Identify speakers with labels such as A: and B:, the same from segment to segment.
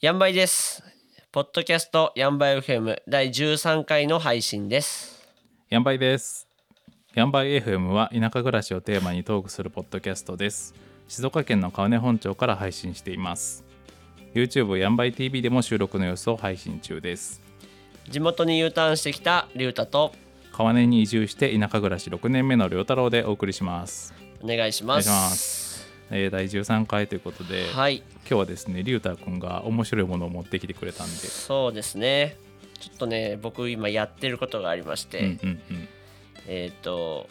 A: ヤンバイです。ポッドキャストヤンバイ FM 第13回の配信です。
B: ヤンバイです。ヤンバイ FM は田舎暮らしをテーマにトークするポッドキャストです。静岡県の川根本町から配信しています。YouTube ヤンバイ TV でも収録の様子を配信中です。
A: 地元に U ターンしてきたリュウタと
B: 川根に移住して田舎暮らし6年目の良太郎でお送りします。
A: お願いします。
B: お願いしまえー第13回ということで、
A: はい、
B: 今日はですね、リュウタくんが面白いものを持ってきてくれたんで、
A: そうですね。ちょっとね、僕今やってることがありまして、
B: うんうん
A: えっ、と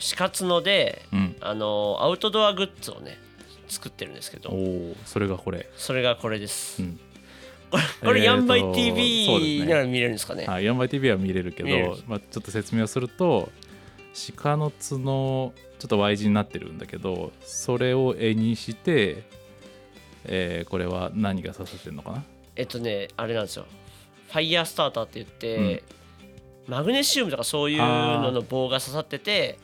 A: 死活ので、
B: うんうん。
A: あのアウトドアグッズをね作ってるんですけ
B: お
A: ど、
B: お、それがこれ。
A: それがこれです。
B: うん
A: これこれ
B: えー
A: ヤ
B: と
A: ンバイ
B: そうです
A: TV
B: ね
A: なら見れるんですかね。
B: はい、ヤンバイ TV は見れるけ
A: 見れる
B: ど、まあ、ちょっと説明をすると鹿の角ちょっと Y 字になってるんだけどそれを絵にして、えーこれは何が刺さってるのかな
A: えっとねあれなんですよファイヤースターターって言って、マグネシウムとかそういうのの棒が刺さってて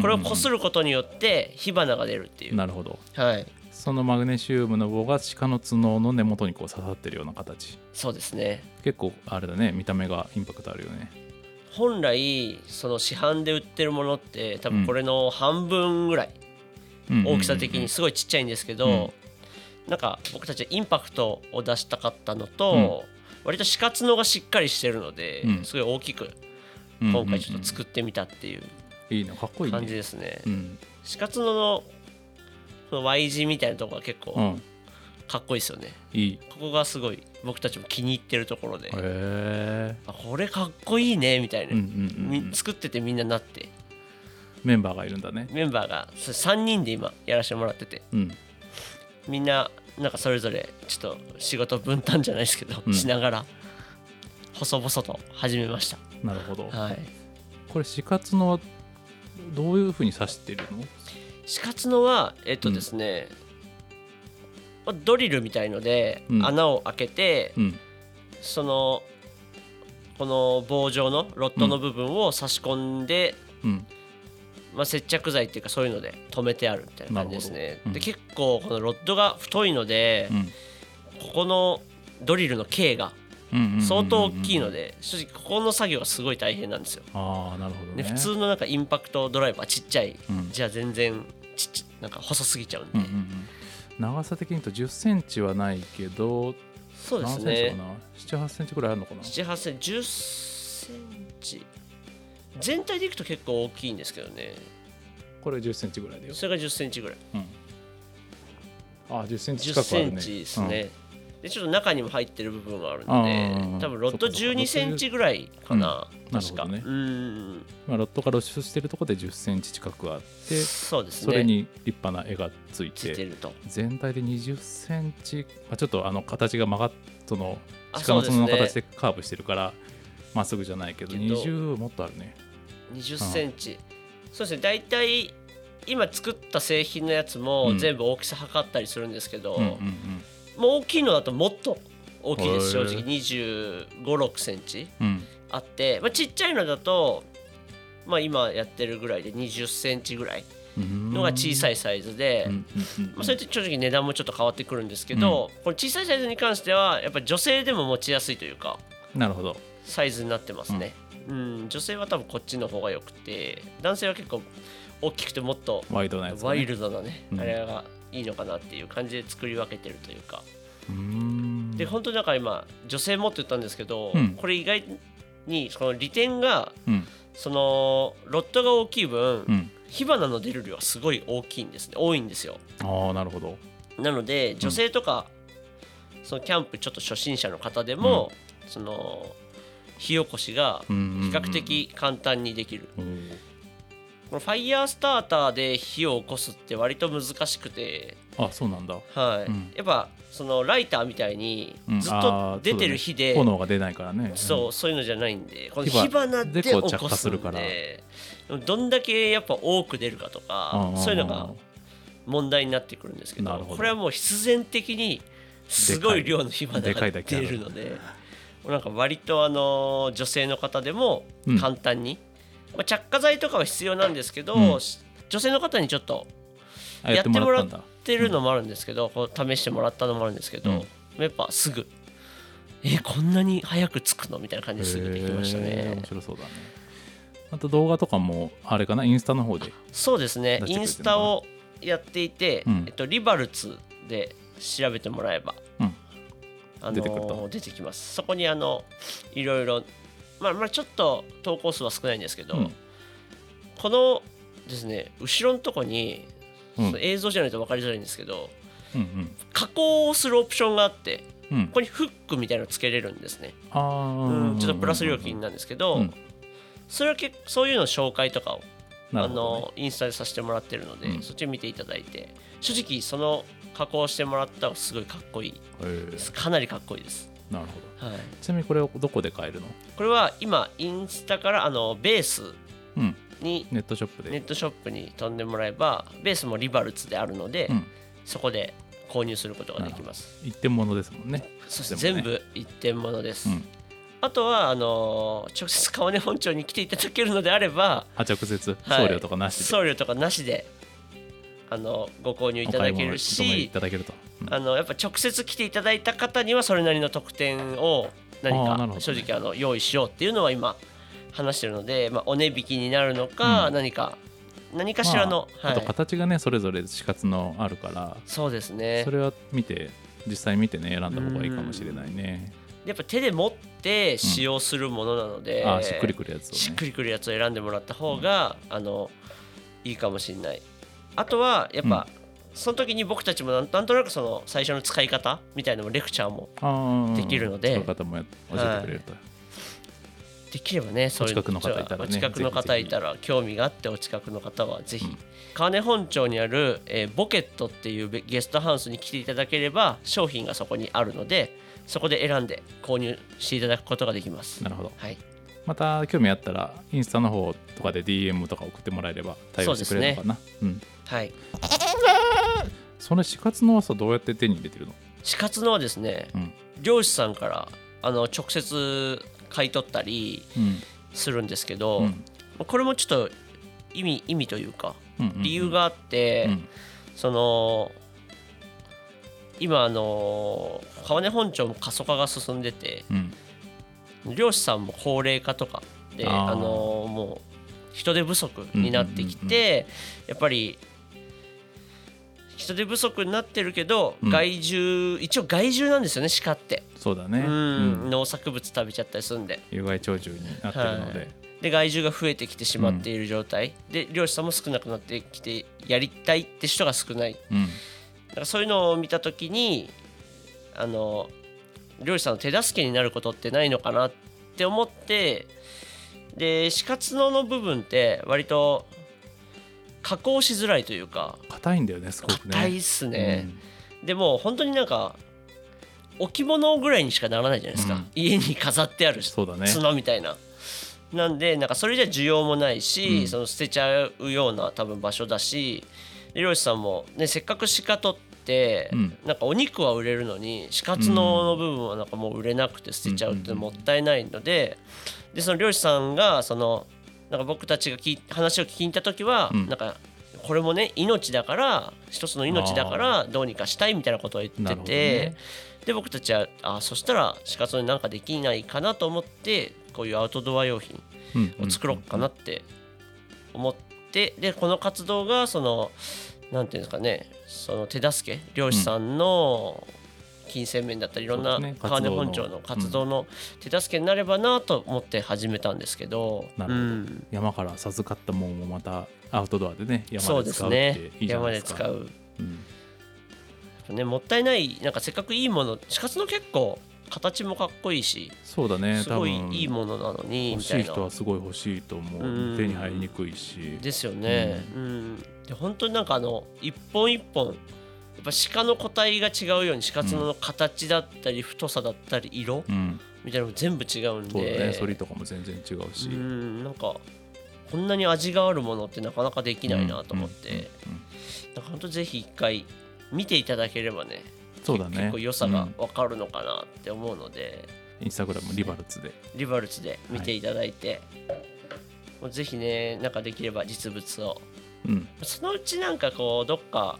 A: これをこす
B: る、
A: ることによって火花が出るっていう、
B: なるほど
A: はい
B: そのマグネシウムの棒が鹿の角の根元にこう刺さってるような形
A: そうですね
B: 結構あれだね見た目がインパクトあるよね
A: 本来その市販で売ってるものって多分これの半分ぐらい、
B: うんうんうんうん
A: 大きさ的にすごいちっちゃいんですけど、なんか僕たちはインパクトを出したかったのと、割と死活のがしっかりしてるので、
B: うん
A: すごい大きく
B: うんうんうん
A: 今回ちょっと作ってみたっていう
B: いいのかっこいいね
A: 感じですね。
B: うん
A: 死活ののこの Y 字みたいなとこが結
B: う
A: 構
B: ん
A: かっこいいですよね、
B: いい
A: ここがすごい僕たちも気に入ってるところで、
B: へえ
A: あこれかっこいいねみたいな、
B: うんうんうんうん
A: み作っててみんななって
B: メンバーがいるんだね
A: メンバーがそう3人で今やらせてもらってて
B: うん
A: みんななんかそれぞれちょっと仕事分担じゃないですけど、
B: うん
A: しながら細々と始めまし
B: なるほど
A: たはい
B: これ死活のはどういうふうに刺してるの
A: 死活のはえっとですね、まあドリルみたいので
B: うん
A: 穴を開けて、
B: うん
A: そのこの棒状のロットの部分を差し込んで、
B: うん
A: まあ、接着剤っていうかそういうので止めてあるみたいな感じですね、
B: なるほどうん
A: で結構このロッドが太いので、
B: うん
A: ここのドリルの径が
B: うんうんうん
A: 相当大きいので、正直ここの作業がすごい大変なんですよ、
B: ああなるほど
A: で
B: ね
A: 普通のなんかインパクトドライバーちっちゃい、
B: うん
A: じゃあ全然ちっちなんか細すぎちゃうんで、
B: うんうんうん長さ的に言うと1 0ンチはないけど
A: そうで
B: 何
A: す
B: センチか
A: ね
B: な7 8センチぐらいあるのかな
A: 7 8センチ1 0センチ全体でいくと結構大きいんですけどね
B: これ1 0ンチぐらいだよ、
A: それが1 0センチぐらい
B: うん、あ1 0ンチ
A: 1 0
B: 近くあ
A: セ
B: るね
A: ンチですね、でちょっと中にも入ってる部分がある
B: うんうん
A: の
B: うん
A: で多分ロット
B: そっかそっ
A: 1
B: か
A: 2ンチぐらいかな、
B: うん
A: 確か
B: なるほ
A: うん
B: うんまあ、ロットから露出してるとこで1 0ンチ近くあって
A: そうですね
B: それに立派な絵がつい
A: ついて
B: て
A: ると
B: 全体で2 0ンチ、まあ、ちょっとあの形が曲がっその
A: あ
B: しかも
A: そ
B: そう
A: ですね
B: の形でカーブしてるからまっすぐじゃないけど
A: けど
B: 20もっとあるね
A: 2 0ンチ、そうですね大体今作った製品のやつも
B: うん
A: 全部大きさ測ったりするんですけど、
B: うんうん
A: もう大きいのだともっと大きいです正直2 5 6センチ
B: うんうん
A: あって、まあ、ちっちゃいのだと、まあ、今やってるぐらいで2 0ンチぐらい
B: うん
A: のが小さいサイズで、
B: うんうんうん
A: まあ、それって正直値段もちょっと変わってくるんですけど、この小さいサイズに関してはやっぱり女性でも持ちやすいというか
B: なるほど
A: サイズになってますね、うん女性は多分こっちの方が良くて男性は結構大きくてもっと
B: ワイドなやつ、ね、
A: ワイルドなね、
B: うん
A: あれがいいのかなっていう感じで作り分けてるというか、
B: うーん
A: で本当になんか今女性もって言ったんですけど、
B: うん
A: これ意外にその利点が
B: うん
A: そのロットが大きい分、
B: うん
A: 火花の出る量はすごい大きいんですね多いんですよ
B: ああなるほど
A: なので女性とか、そのキャンプちょっと初心者の方でも、その火起こしが
B: 比
A: 比較的簡単にできる、
B: うん
A: このファイヤースターターで火を起こすって割と難しくて、
B: あそうなんだ
A: はい
B: うん
A: やっぱそのライターみたいに
B: うん
A: ずっ
B: あ
A: と
B: ー
A: 出てる火で、
B: 炎が出ないからね
A: そうそういうのじゃないんでこの
B: 火花
A: 火花で
B: でこう
A: 起こ
B: 着火
A: す
B: す
A: ん
B: るから
A: でどんだけやっぱ多く出るかと
B: うん
A: か
B: んん
A: そういうのが問題になってくるんですけど
B: なるほど
A: これはもう必然的にすごい量の火花
B: でか
A: が
B: いだけあ
A: 出
B: る
A: るのでなんか割とあの女性の方でも
B: うん
A: 簡単に、まあ、着火剤とかは必要なんですけど、
B: うん
A: し女性の方にちょっと
B: あやってもらったんだ
A: やってるのもあるんですけど、こう試してもらったのもあるんですけど、
B: うん
A: やっぱすぐえこんなに早く着くのみたいな感じですぐできました
B: へー
A: ね
B: 面白そうだねあと動画とかもあれかなインスタの方で
A: そうですね
B: 出してくれてる
A: イ
B: の
A: ンスタをやっていて、
B: うん
A: えっと、リバルツで調べてもらえば、
B: うん
A: あの
B: 出てくると
A: 出てきますそこにあのいろいろまあまあちょっと投稿数は少ないんですけど、
B: うん
A: このですね後ろのとこに、
B: うん
A: その映像じゃないと分かりづらいんですけど
B: うん
A: 加工をするオプションがあって
B: うんうん
A: ここにフックみたいなのつけれるんですね、
B: あ
A: うん
B: ー
A: ちょっとプラス料金なんですけど、
B: うん
A: それは結構そういうの紹介とかを、
B: な
A: あ
B: るほどね
A: のインスタでさせてもらってるので、
B: うん
A: そっち見ていただいて正直その加工してもらったのがすごいかっこいい
B: へ
A: で
B: ー
A: すかなりかっこいいです、
B: なるほど
A: はい、
B: ちなみにこれをどこで買えるの
A: これは今インスタからあのベース
B: うん
A: に
B: ネットショップ
A: ネッ
B: で
A: トショップに飛んでもらえばベースもリバルツであるので、
B: うん
A: そこで購入することができます
B: 一点物ですもんね
A: そして
B: 全部
A: 全
B: ね
A: 部一点物です、
B: うん
A: あとはあのー直接川根本町に来ていただけるのであれば、
B: あ直接
A: はい
B: 送料とかなしで
A: 送料とかなしであのご購入い
B: お
A: た
B: 買
A: だ
B: い
A: け
B: 物
A: る
B: 一目い
A: した
B: だけるとうん
A: あのやっぱ直接来ていただいた方にはそれなりの特典を何
B: あーなるほど
A: か
B: ね
A: 正直あの用意しようっていうのは今話してるので、まあ、お値引きになるのか
B: うん
A: 何か、何かしらの、
B: まああ
A: は
B: と
A: い、
B: 形がねそれぞれ死活のあるから
A: そうですね
B: それは見て実際見てね選んだ方がいいかもしれないね
A: やっぱ手で持って使用するものなので、
B: あーしっくりくるやつをね
A: しっくりくるやつを選んでもらった方が、あのいいかもしれないあとはやっぱ、その時に僕たちもなんなんとなくその最初の使い方みたいなのもレクチャーも
B: あー
A: できるので
B: そういう方もや教えてくれると、
A: できればねそういう
B: お近くの方いたらね
A: お近くの方いたら興味があってお近くの方はぜひ、金本町にある、えーボケットっていうべゲストハウスに来ていただければ商品がそこにあるのでそこで選んで購入していただくことができます
B: なるほど
A: はい
B: また興味あったらインスタの方とかで DM とか送ってもらえれば対応してくれるのかなそ,、うん、
A: はい
B: その死活の朝どうやって手に入れてるの、
A: 死活のはですね
B: うん
A: 漁師さんからあの直接買い取ったり
B: うん
A: するんですけど、
B: うん
A: これもちょっと意味意味というか
B: うんうん
A: 理由があって、
B: うん
A: その今あの川根本町も過疎化が進んでて
B: うん
A: 漁師さんも高齢化とかで
B: あ
A: あ
B: ー
A: のもう人手不足になってきて、やっぱり人手不足になってるけど、
B: うん
A: 害獣一応害獣なんですよね鹿って、
B: そうだね、
A: うん
B: うん
A: 農作物食べちゃったりするんで
B: 有害鳥獣になってるので、
A: はいで害獣が増えてきてしまっている状態、で漁師さんも少なくなってきてやりたいって人が少ない
B: うん
A: だからそういうのを見た時にあの漁師さんの手助けになることってないのかなって思ってで死活のの部分って割と加工しづらいというか
B: 硬いんだよねすごくね
A: 硬いっすね、でも本当になんか置物ぐらいにしかならないじゃないですか、
B: うん
A: 家に飾ってある
B: うんそうだね
A: 角みたいな。なんでなんかそれじゃ需要もないし、
B: うん
A: その捨てちゃうような多分場所だしで漁師さんも、ね、せっかく鹿取って、
B: うん
A: なんかお肉は売れるのに鹿角の部分はなんかもう売れなくて捨てちゃうってもったいないので,、でその漁師さんがそのなんか僕たちが聞い話を聞きに行った時は、
B: うん
A: なんかこれもね命だから一つの命だからどうにかしたいみたいなことを言って
B: な
A: て
B: るほどね
A: で僕たちはあそしたら死活になんかできないかなと思ってこういうアウトドア用品
B: うん
A: を作ろうかなって思ってでこの活動がそのなんていうんですかねその手助け漁師さんの金銭面だったりいろんな
B: そうですね
A: 川根本町の活動の手助けになればなと思って始めたんですけど。
B: なるほど
A: うん
B: 山から授かったもんをまたアウトドアでね
A: そ
B: 山
A: う
B: で
A: で
B: 使
A: す
B: うっ
A: ね
B: ていいじゃな
A: 山
B: いで
A: です使
B: か
A: う
B: うん
A: ね、もったいないなんかせっかくいいもの死活の結構形もかっこいいし、
B: そうだね
A: すごい
B: 多分
A: いいものなのに
B: 欲
A: みた
B: しい
A: いな
B: 人はすごい欲しいと思
A: う
B: うん手に入りにくいし
A: ですよね、うんで本当になんかあの一本一本やっぱ鹿の個体が違うように死活の形だったり太さだったり色、
B: うん
A: みたいなのも全部違うん
B: そうだね
A: で
B: 反りとかも全然違うし
A: うんなんかこんなに味があるものってなかなかできないなと思って、
B: うんうんうん
A: なんか本当ぜひ一回見ていただければね
B: そうだね
A: 結構良さが
B: うん
A: わかるのかなって思うので。
B: インスタグラムリバルツで
A: リバルツで見ていただいて、もうぜひねなんかできれば実物を
B: うん
A: そのうちなんかこうどっか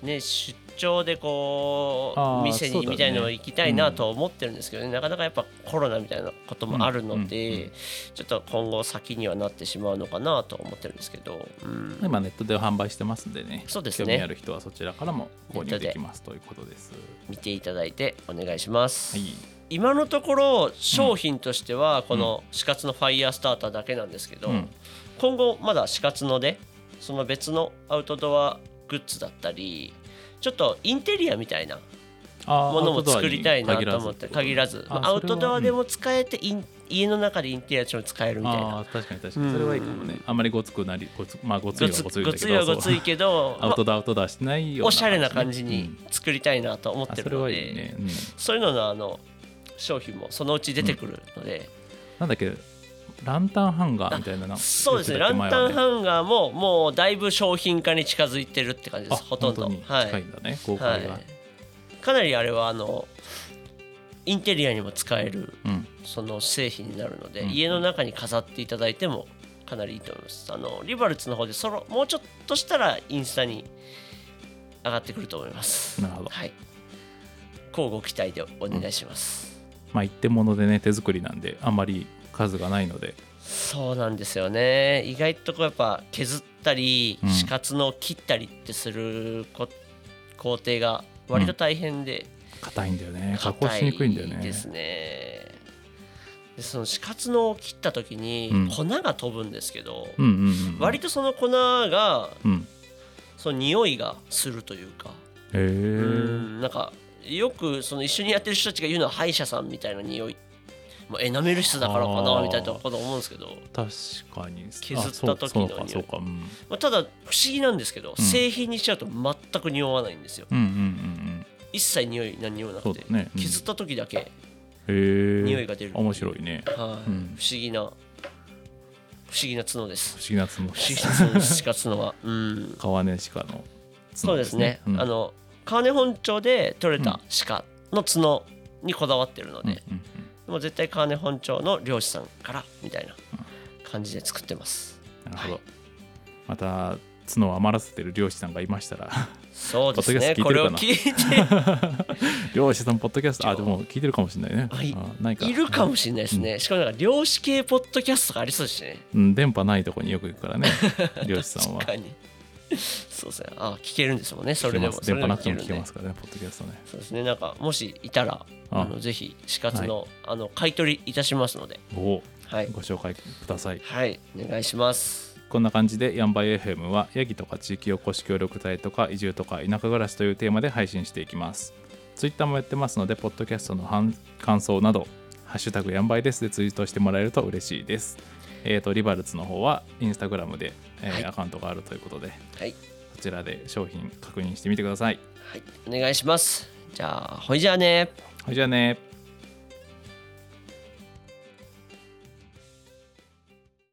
A: ね、出張でこ
B: あー
A: う店
B: そう
A: に
B: だね
A: みたいのを行きたいなとは思ってるんですけどね、なかなかやっぱコロナみたいなこともあるので、
B: うんうんうん
A: ちょっと今後先にはなってしまうのかなと思ってるんですけど、うん
B: 今ネットで販売してますんでね
A: そうですね
B: 興味ある人はそちらからも購入できますということです
A: 見ていただいてお願いします、
B: はい
A: 今のところ商品としてはこの死活のファイヤースターターだけなんですけど、
B: うん
A: 今後まだ死活のでその別のアウトドアグッズだったりちょっとインテリアみたいな
B: あー
A: もの
B: アウ
A: も
B: トドア
A: 作
B: に
A: りたいなと思って限らずま
B: あそれ
A: あ
B: は
A: アウトドアでも使えてイン家の中でインテリアとしても使えるみたい
B: あ
A: な
B: あー確かに確かにそれはいいかもね、あんまりごつくなりごつまあごつい
A: ご
B: は
A: つ
B: ごつい
A: ご
B: だけ
A: ついは
B: ど
A: ごつ
B: そう
A: いけど
B: アウト
A: ま
B: ドアアウトドアしてない
A: あ
B: ような
A: おしゃれな感じ
B: う
A: に
B: ん
A: 作りたいなと思っ
B: あ
A: て
B: そ
A: る
B: れ
A: の
B: はいいね
A: で、
B: うん
A: そういうののあの商品もそのうち出てくるので
B: なんだっけランタンハンガーみたいなな
A: そうですね
B: 言
A: ラ
B: って
A: ン
B: たっけ前
A: タ
B: は
A: ンハ
B: ね
A: ンガーももうだいぶ商品化に近づいてるって感じで
B: あ
A: すほとんど
B: 本当に
A: はい
B: 近いんだね公
A: は
B: 開が、
A: い、かなりあれはあのインテリアにも使える
B: うん
A: その製品になるので、
B: うん
A: 家の中に飾っていただいてもかなりいいと思いますあのリバルツの方でそのもうちょっとしたらインスタに上がってくると思います
B: なるほど
A: はい交互期待でお願いします、
B: まあ一点物でね手作りなんであんまり数がないので
A: そうなんですよね意外とこうやっぱ削ったり
B: うん
A: 死活の切ったりってするこ工程が割と大変で、
B: 硬いんだよね加工しにくいんだよね
A: 硬ですねでその死活のを切った時に
B: うん
A: 粉が飛ぶんですけど、
B: うんうんうんうん
A: 割とその粉が
B: うん
A: その匂いがするというか、
B: へ
A: う
B: え
A: んなんかよくその一緒にやってる人たちが言うのは歯医者さんみたいな匂い、まあ、エナメル質だからか
B: あ
A: な
B: ー
A: みたいなこと思うんですけど、
B: 確かに
A: 削った
B: あそう
A: 時
B: そ
A: の
B: うかそうか、うん、
A: まあ、ただ不思議なんですけど、
B: うん
A: 製品にしちゃうと全く匂わないんですよ
B: うんうんうん
A: 一切匂い何にもな
B: そ
A: く
B: う
A: て
B: だ、ねうん
A: 削った時だけ、
B: うんへえ
A: 匂いが出る
B: 面白いね不
A: はい
B: うん
A: 不思議な不思議な角です
B: 思議な角
A: 不思議な角です死活のはうん
B: 川根鹿の
A: そうですね、あ
B: の
A: の川根本町で取れ
B: うん
A: た鹿の角にこだわってるので、もう絶対川根本町の漁師さんからみたいな感じで作ってます
B: なるほ
A: は
B: どまた角を余らせてる漁師さんがいまし たら
A: そうですね
B: ポ
A: こ
B: ッ
A: れ
B: ド
A: を
B: キ
A: 聞いて
B: 漁師さんポッドキャストあでも聞いてるかもしれないね
A: あい
B: あないか
A: いるかもしれないですね、しかもなんか漁師系ポッドキャストがありそうですしね
B: うん電波ないとこによく行くからね漁師さんは
A: 確かにそうですねあ聞けるんですもんねそ
B: 聞け
A: れで
B: ま
A: も
B: す
A: そ
B: 電
A: れ
B: 波
A: でも聞
B: なく
A: け
B: て
A: るんで
B: も聞けますからねポッドキャストね
A: そうですねなんかもしいたら
B: あ
A: あのぜひ死活の,、あの買い取りいたしますので
B: お
A: はい
B: ご紹介ください
A: はいお願いします
B: こんな感じでヤンバイ FM はヤギとか地域おこし協力隊とか移住とか田舎暮らしというテーマで配信していきます。ツイッターもやってますので、ポッドキャストの反感想など、ハッシュタグヤンバイですでツイートしてもらえると嬉しいです。えっ、と、リバルツの方はインスタグラムで、えー
A: はい
B: アカウントがあるということで、
A: はい
B: そちらで商品確認してみてください。
A: はいお願いしますじゃあほいじゃあね
B: はい、じゃあね。